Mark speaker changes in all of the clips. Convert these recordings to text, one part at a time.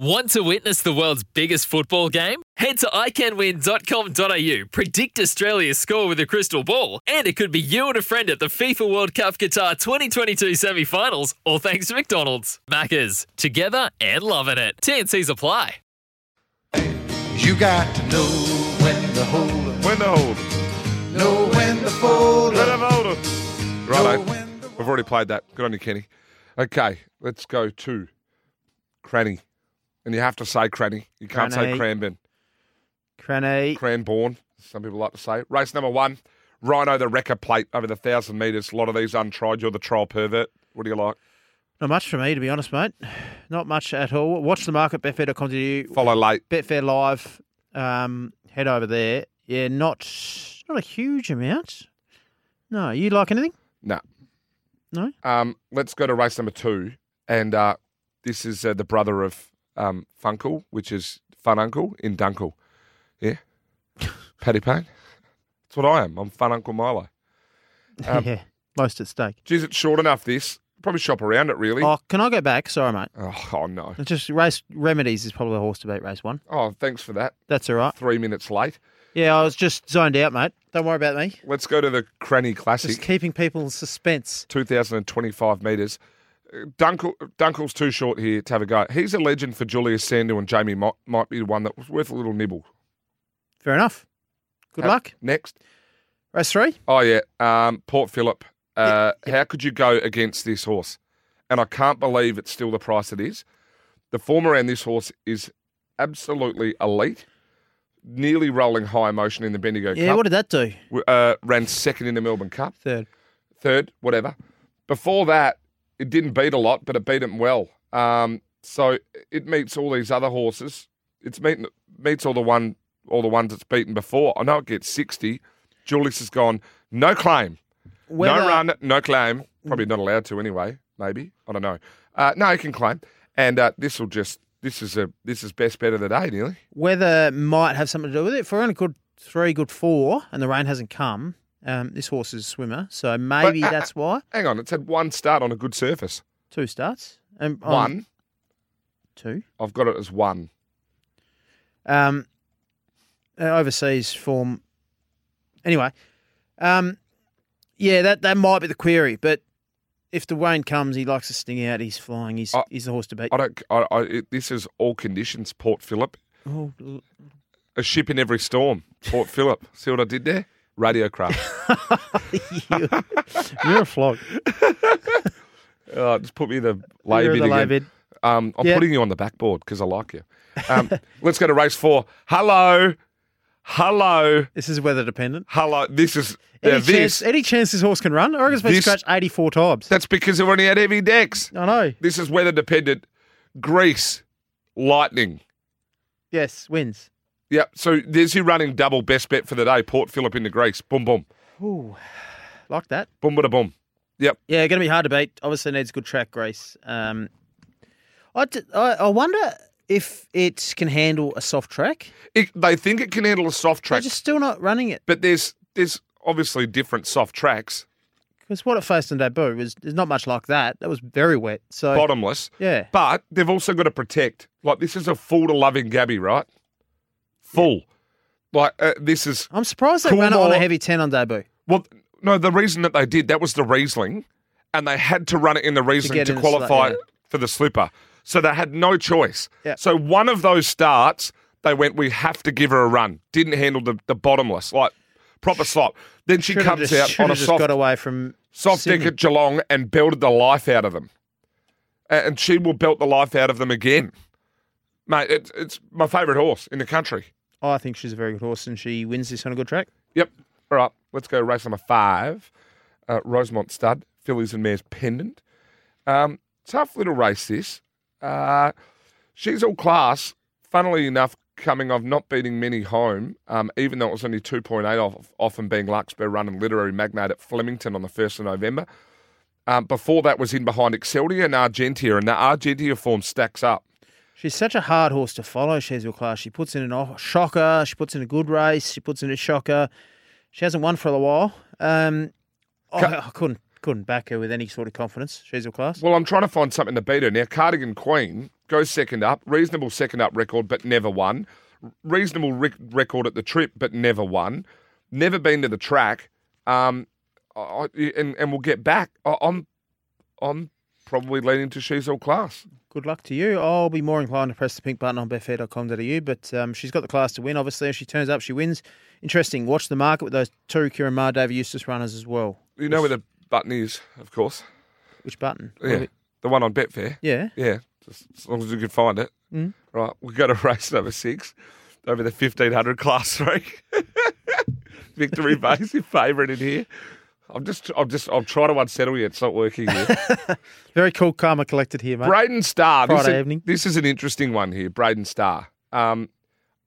Speaker 1: Want to witness the world's biggest football game? Head to iCanWin.com.au, predict Australia's score with a crystal ball, and it could be you and a friend at the FIFA World Cup Qatar 2022 semi finals, all thanks to McDonald's. Maccas, together and loving it. TNC's apply.
Speaker 2: You got to know when to hold 'em,
Speaker 3: When to hold 'em.
Speaker 2: know when to fold 'em.
Speaker 3: When to hold 'em. Righto. I've already played that. Good on you, Kenny. Okay, let's go to Cranny. And you have to say Cranny. You can't say Cranbourne.
Speaker 4: Cranny.
Speaker 3: Cranbourne, some people like to say. Race number one, Rhino the Wrecker Plate over the 1,000 metres. A lot of these untried. You're the trial pervert. What do you like?
Speaker 4: Not much for me, to be honest, mate. Not much at all. Watch the market, betfair.com.au,
Speaker 3: Follow late.
Speaker 4: Betfair Live. Um, head over there. Yeah, not not a huge amount. No, you like anything?
Speaker 3: No.
Speaker 4: No?
Speaker 3: Um, let's go to race number two. And uh, this is uh, the brother of um, Funkle, which is Fun Uncle in Dunkle. Yeah. Paddy Payne. That's what I am. I'm Fun Uncle Milo. Um,
Speaker 4: yeah, most at stake.
Speaker 3: Geez, it's short enough, this. Probably shop around it, really. Oh,
Speaker 4: Oh, can I go back? Sorry, mate.
Speaker 3: oh, no.
Speaker 4: It's just race remedies is probably a horse debate race one.
Speaker 3: Oh, thanks for that.
Speaker 4: That's all right.
Speaker 3: Three minutes late.
Speaker 4: Yeah, I was just zoned out, mate. Don't worry about me.
Speaker 3: Let's go to the Cranny Classic.
Speaker 4: Just keeping people in suspense.
Speaker 3: 2,025 metres. Uh, Dunkel, Dunkel's too short here to have a go. He's a legend for Julius Sandu and Jamie Mott, might be one that was worth a little nibble.
Speaker 4: Fair enough. Good
Speaker 3: Ha-
Speaker 4: luck.
Speaker 3: Next.
Speaker 4: Race three.
Speaker 3: Oh, yeah. Um, Port Phillip. Uh, How could you go against this horse? And I can't believe it's still the price it is. The form around this horse is absolutely elite. Nearly rolling high emotion in the Bendigo
Speaker 4: Yeah,
Speaker 3: Cup.
Speaker 4: what did that do?
Speaker 3: W- uh, ran second in the Melbourne Cup.
Speaker 4: Third.
Speaker 3: third, whatever. Before that, it didn't beat a lot, but it beat him well. Um, so it meets all these other horses. It's meeting meets all the one all the ones it's beaten before. I know it gets sixty. Julius has gone no claim,
Speaker 4: Whether-
Speaker 3: no run, no claim. Probably not allowed to anyway. Maybe I don't know. Uh, no, he can claim, and uh, this will just this is a this is best bet of the day nearly.
Speaker 4: Weather might have something to do with it. If we're on a good three, good four, and the rain hasn't come, um, this horse is a swimmer, so maybe
Speaker 3: uh,
Speaker 4: that's why.
Speaker 3: Hang on, it's had one start on a good surface.
Speaker 4: Two starts. Um, on
Speaker 3: One,
Speaker 4: Two.
Speaker 3: I've got it as one.
Speaker 4: Um, uh, overseas form. Anyway, um, yeah, that, that might be the query, but if the rain comes, he likes to sting out. He's flying. He's,
Speaker 3: I-
Speaker 4: he's the horse to beat.
Speaker 3: I don't. I, I, it, this is all conditions, Port Phillip.
Speaker 4: Oh, l-
Speaker 3: A ship in every storm. Port Phillip. See what I did there? Radio craft.
Speaker 4: you, you're a flog.
Speaker 3: Uh, just put me in the lay
Speaker 4: You're
Speaker 3: bid
Speaker 4: the lay
Speaker 3: again.
Speaker 4: bid.
Speaker 3: Um, I'm
Speaker 4: Yeah.
Speaker 3: putting you on the backboard because I like you. Um, let's go to race four. Hello, hello,
Speaker 4: This is weather dependent.
Speaker 3: hello. This is
Speaker 4: Any,
Speaker 3: now
Speaker 4: chance,
Speaker 3: this.
Speaker 4: any chance this horse can run? I reckon it's been
Speaker 3: This-
Speaker 4: scratched 84 times.
Speaker 3: That's because they've only had heavy decks.
Speaker 4: I know.
Speaker 3: This is weather dependent. Greece, lightning.
Speaker 4: Yes, wins.
Speaker 3: Yep. So there's your running double best bet for the day. Port Phillip into Greece. Boom, boom,
Speaker 4: Ooh, like that.
Speaker 3: boom, bada, boom. Yep.
Speaker 4: Yeah, going to be hard to beat. Obviously needs good track grace. Um, I, d- I- I wonder if it can handle a soft track.
Speaker 3: It, they think it can handle a soft
Speaker 4: They're
Speaker 3: track.
Speaker 4: just still not running it
Speaker 3: But there's there's obviously different soft tracks,
Speaker 4: because what it faced in Dabu was is not much like that. That was very wet. So
Speaker 3: bottomless.
Speaker 4: yeah,
Speaker 3: But they've also got to protect. Like this is a full to loving Gabby, right? Full. Like uh, this is
Speaker 4: I'm surprised they
Speaker 3: Cool
Speaker 4: ran it on a
Speaker 3: more.
Speaker 4: heavy ten on Dabu.
Speaker 3: well. No, the reason that they did that was the Riesling, and they had to run it in the Riesling
Speaker 4: get
Speaker 3: to
Speaker 4: in the sli-
Speaker 3: qualify
Speaker 4: yeah.
Speaker 3: for the slipper. So they had no choice.
Speaker 4: Yeah.
Speaker 3: So one of those starts, they went, "We have to give her a run." Didn't handle the, the bottomless, like proper slop. Then she
Speaker 4: Should've
Speaker 3: comes
Speaker 4: just,
Speaker 3: out on
Speaker 4: should've
Speaker 3: a
Speaker 4: just
Speaker 3: soft
Speaker 4: got away from
Speaker 3: soft deck
Speaker 4: Sydney.
Speaker 3: at Geelong and belted the life out of them. A- And she will belt the life out of them again. Mate, it's, it's my favourite horse in the country.
Speaker 4: I think she's a very good horse and she wins this on a good track.
Speaker 3: Yep. All right, let's go race number five. Uh, Rosemont Stud, Fillies and Mares Pendant. Um, tough little race this. Uh, she's all class. Funnily enough, coming of not beating many home, um, even though it was only 2.8 off, off and being Larkspur Run and Literary Magnate at Flemington on the 1st of November. Um, before that was in behind Exceldia and Argentia, and the Argentia form stacks up.
Speaker 4: She's such a hard horse to follow, Shezwell Class. She puts in an off- shocker. She puts in a good race. She puts in a shocker. She hasn't won for a while. Um, I-
Speaker 3: Ca-
Speaker 4: I couldn't couldn't back her with any sort of confidence, Shezwell Class.
Speaker 3: Well, I'm trying to find something to beat her. Now, Cardigan Queen goes second up, reasonable second up record, but never won. Reasonable rec- record at the trip, but never won. Never been to the track. Um, I, I- and, and we'll get back. I, I'm, I'm probably leaning to She's All Class.
Speaker 4: Good luck to you. I'll be more inclined to press the pink button on betfair.com.au, but um, she's got the class to win. Obviously, if she turns up, she wins. Interesting. Watch the market with those two Kieran Maher, David Eustace runners as well.
Speaker 3: You know where the button is, of course.
Speaker 4: Which button?
Speaker 3: Oh, Yeah, the one on Betfair.
Speaker 4: Yeah.
Speaker 3: Yeah, just as long as you can find it. Mm. Right, we go to race number six, over the 1500 class three. Victory Bay's your favourite in here. I'm just, I'm just, I'm trying to unsettle you. It's not working here.
Speaker 4: Very cool, karma collected here, mate.
Speaker 3: Braden Starr. This
Speaker 4: Friday
Speaker 3: is,
Speaker 4: evening.
Speaker 3: This is an interesting one here, Braden Starr. Um,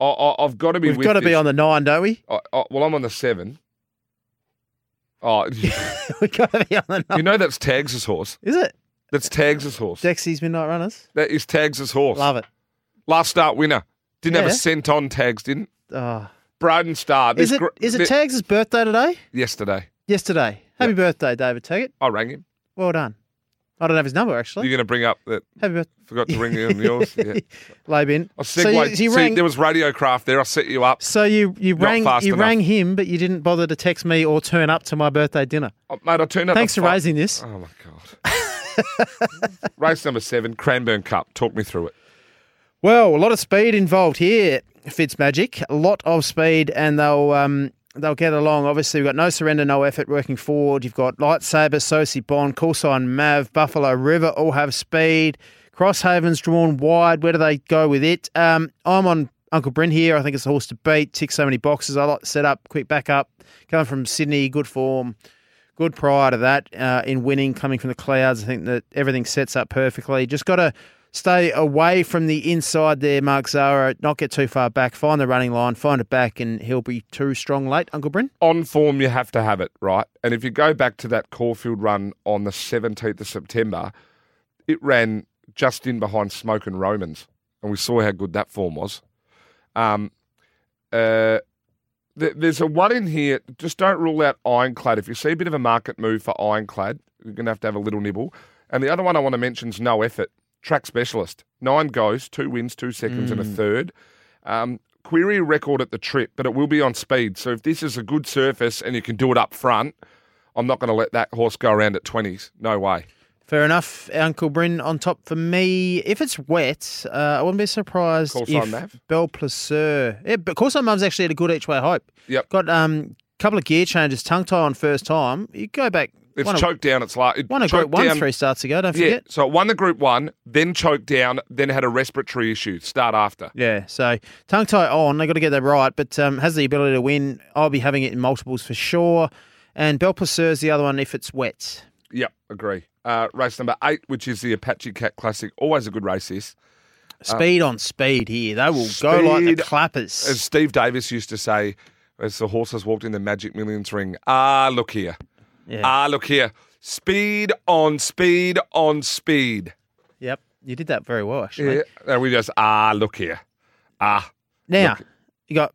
Speaker 3: I, I, I've got to be
Speaker 4: We've
Speaker 3: with
Speaker 4: got to be
Speaker 3: this.
Speaker 4: on the nine, don't we?
Speaker 3: I, I, well, I'm on the seven. Oh, you
Speaker 4: We've got to be on the nine.
Speaker 3: know that's Tags' horse.
Speaker 4: Is it?
Speaker 3: That's Tags' horse.
Speaker 4: Dexy's Midnight Runners.
Speaker 3: That is Tags' horse.
Speaker 4: Love it.
Speaker 3: Last start winner. Didn't have
Speaker 4: Yeah.
Speaker 3: a cent on Tags, didn't?
Speaker 4: Oh.
Speaker 3: Braden Starr.
Speaker 4: Is
Speaker 3: this
Speaker 4: it
Speaker 3: gr-
Speaker 4: is it
Speaker 3: thi-
Speaker 4: Tags' birthday today?
Speaker 3: yesterday?
Speaker 4: Yesterday. Happy birthday, David Taggart.
Speaker 3: I rang him.
Speaker 4: Well done. I don't have his number
Speaker 3: You're
Speaker 4: actually.
Speaker 3: going to bring up that
Speaker 4: Happy birthday.
Speaker 3: forgot to ring you on yours. Yeah.
Speaker 4: Labin.
Speaker 3: I
Speaker 4: So you,
Speaker 3: segued.
Speaker 4: so you
Speaker 3: See,
Speaker 4: rang.
Speaker 3: there was radio craft there. I set you up.
Speaker 4: so you, you
Speaker 3: Not
Speaker 4: rang
Speaker 3: fast
Speaker 4: you
Speaker 3: enough.
Speaker 4: rang him, but you didn't bother to text me or turn up to my birthday dinner.
Speaker 3: Oh, mate, I turned up.
Speaker 4: Thanks
Speaker 3: the
Speaker 4: for
Speaker 3: fi-
Speaker 4: raising this.
Speaker 3: Oh my god. Race number seven, Cranbourne Cup. Talk me through it.
Speaker 4: Well, a lot of speed involved here, Fitzmagic. A lot of speed, and they'll um, they'll get along. Obviously, we've got no surrender, no effort working forward. You've got Lightsaber, Sosi Bond, Coolsign Mav, Buffalo River all have speed. Crosshaven's drawn wide. Where do they go with it? Um, I'm on Uncle Brent here. I think it's a horse to beat. Tick so many boxes. I like the setup, quick backup. Coming from Sydney, good form good prior to that uh, in winning, coming from the clouds. I think that everything sets up perfectly. Just got to stay away from the inside there, Mark Zara. Not get too far back. Find the running line, find it back, and he'll be too strong late, Uncle Bryn.
Speaker 3: On form, you have to have it right. And if you go back to that Caulfield run on the 17th of September, it ran just in behind Smoke and Romans, and we saw how good that form was. Um, uh, th- there's a one in here. Just don't rule out Ironclad. If you see a bit of a market move for Ironclad, you're going to have to have a little nibble. And the other one I want to mention is No Effort Track Specialist. Nine goes, two wins, two seconds, and a third. Um, query record at the trip, but it will be on speed. So if this is a good surface and you can do it up front, I'm not going to let that horse go around at 20s. No way.
Speaker 4: Fair enough, Uncle Bryn on top for me. If it's wet, uh, I wouldn't be surprised
Speaker 3: Call sign
Speaker 4: if
Speaker 3: Mav.
Speaker 4: Belle Placeur. Yeah, but course, Mum's actually had a good each way hope.
Speaker 3: Yep.
Speaker 4: Got a um, couple of gear changes, tongue tie on first time. You go back.
Speaker 3: It's
Speaker 4: one
Speaker 3: choked down. It's like it
Speaker 4: One of group
Speaker 3: choked
Speaker 4: one
Speaker 3: down-
Speaker 4: three starts ago. Don't
Speaker 3: Yeah,
Speaker 4: forget.
Speaker 3: so it won the group one, then choked down, then had a respiratory issue. Start after.
Speaker 4: Yeah, so tongue tie on, they got to get that right, but um, has the ability to win. I'll be having it in multiples for sure. And Belle Placer is the other one if it's wet.
Speaker 3: Yep, agree. Uh, race number eight, which is the Apache Cat Classic, always a good race. This,
Speaker 4: Speed on speed here. They will go like the
Speaker 3: Speed
Speaker 4: clappers.
Speaker 3: as Steve Davis used to say, as the horses walked in the Magic Millions ring. Ah, look here.
Speaker 4: Yeah.
Speaker 3: Ah, look here. Speed on speed on speed.
Speaker 4: yep, you did that very well, actually.
Speaker 3: Yeah, and Eh, we just ah, look here. Ah,
Speaker 4: Now, you got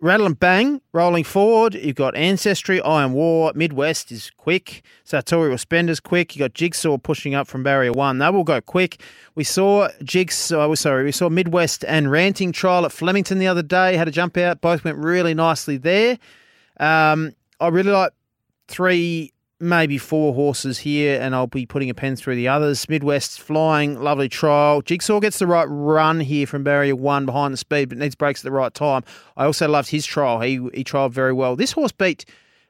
Speaker 4: Rattle and Bang rolling forward. You've got Ancestry, Iron War, Midwest is quick. Sartorial Spender's quick. you got Jigsaw pushing up from barrier one. They will go quick. We saw Jigsaw, oh, sorry, we saw Midwest and Ranting Trial at Flemington the other day. Had a jump out. Both went really nicely there. Um, I really like three, maybe four horses here, and I'll be putting a pen through the others. Midwest flying, lovely trial. Jigsaw gets the right run here from barrier one behind the speed, but needs breaks at the right time. I also loved his trial. He he trialled very well. This horse beat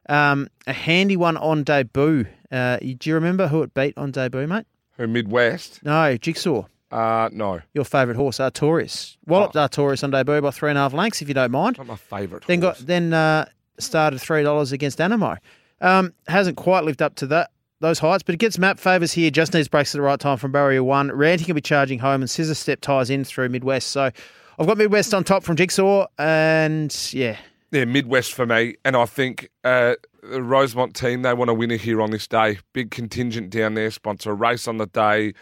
Speaker 4: um, a handy one on debut. Uh, do you remember who it beat on debut, mate?
Speaker 3: who Midwest?
Speaker 4: No, Jigsaw.
Speaker 3: Uh, no,
Speaker 4: Your favourite horse, Artorias. Walloped Artorias on debut by three and a half lengths, if you don't mind.
Speaker 3: not my favourite.
Speaker 4: Then got
Speaker 3: horse.
Speaker 4: then uh, started three dollars against Animo. Um, hasn't quite lived up to that those heights, but it gets map favours here. Just needs breaks at the right time from barrier one. Ranting can be charging home, and Scissor Step ties in through Midwest. So I've got Midwest on top from Jigsaw, and yeah,
Speaker 3: Yeah, Midwest for me, and I think uh, the Rosemont team they want a winner here on this day. Big contingent down there, sponsor a race on the day.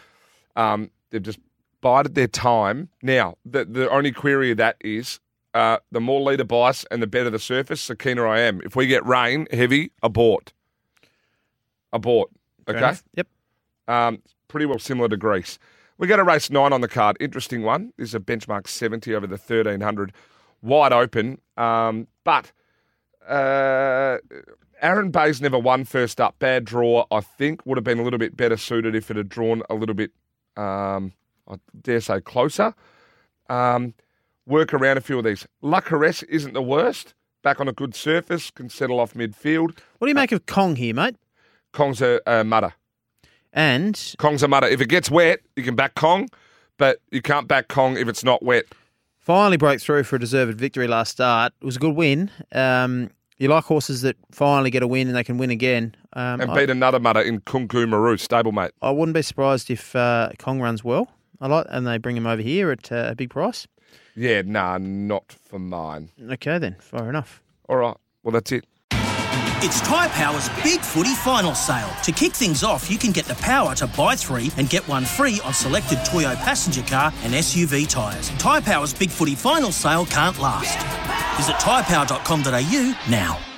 Speaker 3: Um, they've just bided their time. Now, the the only query of that is uh, the more leader bias and the better the surface, the keener I am. If we get rain heavy, abort, abort.
Speaker 4: Fair
Speaker 3: Okay,
Speaker 4: enough. Yep.
Speaker 3: um, pretty well similar to Greece. We got a race nine on the card. Interesting one. This is a benchmark 70 over the 1300. Wide open. Um, but uh, Aaron Bay's never won first up. Bad draw, I think, would have been a little bit better suited if it had drawn a little bit, um, I dare say, closer. Um, work around a few of these. Lucaress isn't the worst. Back on a good surface, can settle off midfield.
Speaker 4: What do you make of Kong here, mate?
Speaker 3: Kong's a, a mutter.
Speaker 4: And
Speaker 3: Kong's a mutter. If it gets wet, you can back Kong, but you can't back Kong if it's not wet.
Speaker 4: finally broke through for a deserved victory last start. It was a good win. Um, you like horses that finally get a win and they can win again. Um,
Speaker 3: And
Speaker 4: I,
Speaker 3: beat another mutter in Kunku Maru, stablemate.
Speaker 4: I wouldn't be surprised if uh, Kong runs well. I like, and they bring him over here at uh, a big price.
Speaker 3: Yeah, nah, not for mine.
Speaker 4: Okay, then, fair enough.
Speaker 3: All right. Well, that's it.
Speaker 5: It's Tyre Power's Big Footy Final Sale. To kick things off, you can get the power to buy three and get one free on selected Toyo passenger car and SUV tyres. Tyre Power's Big Footy Final Sale can't last. Visit tyrepower.com.au now.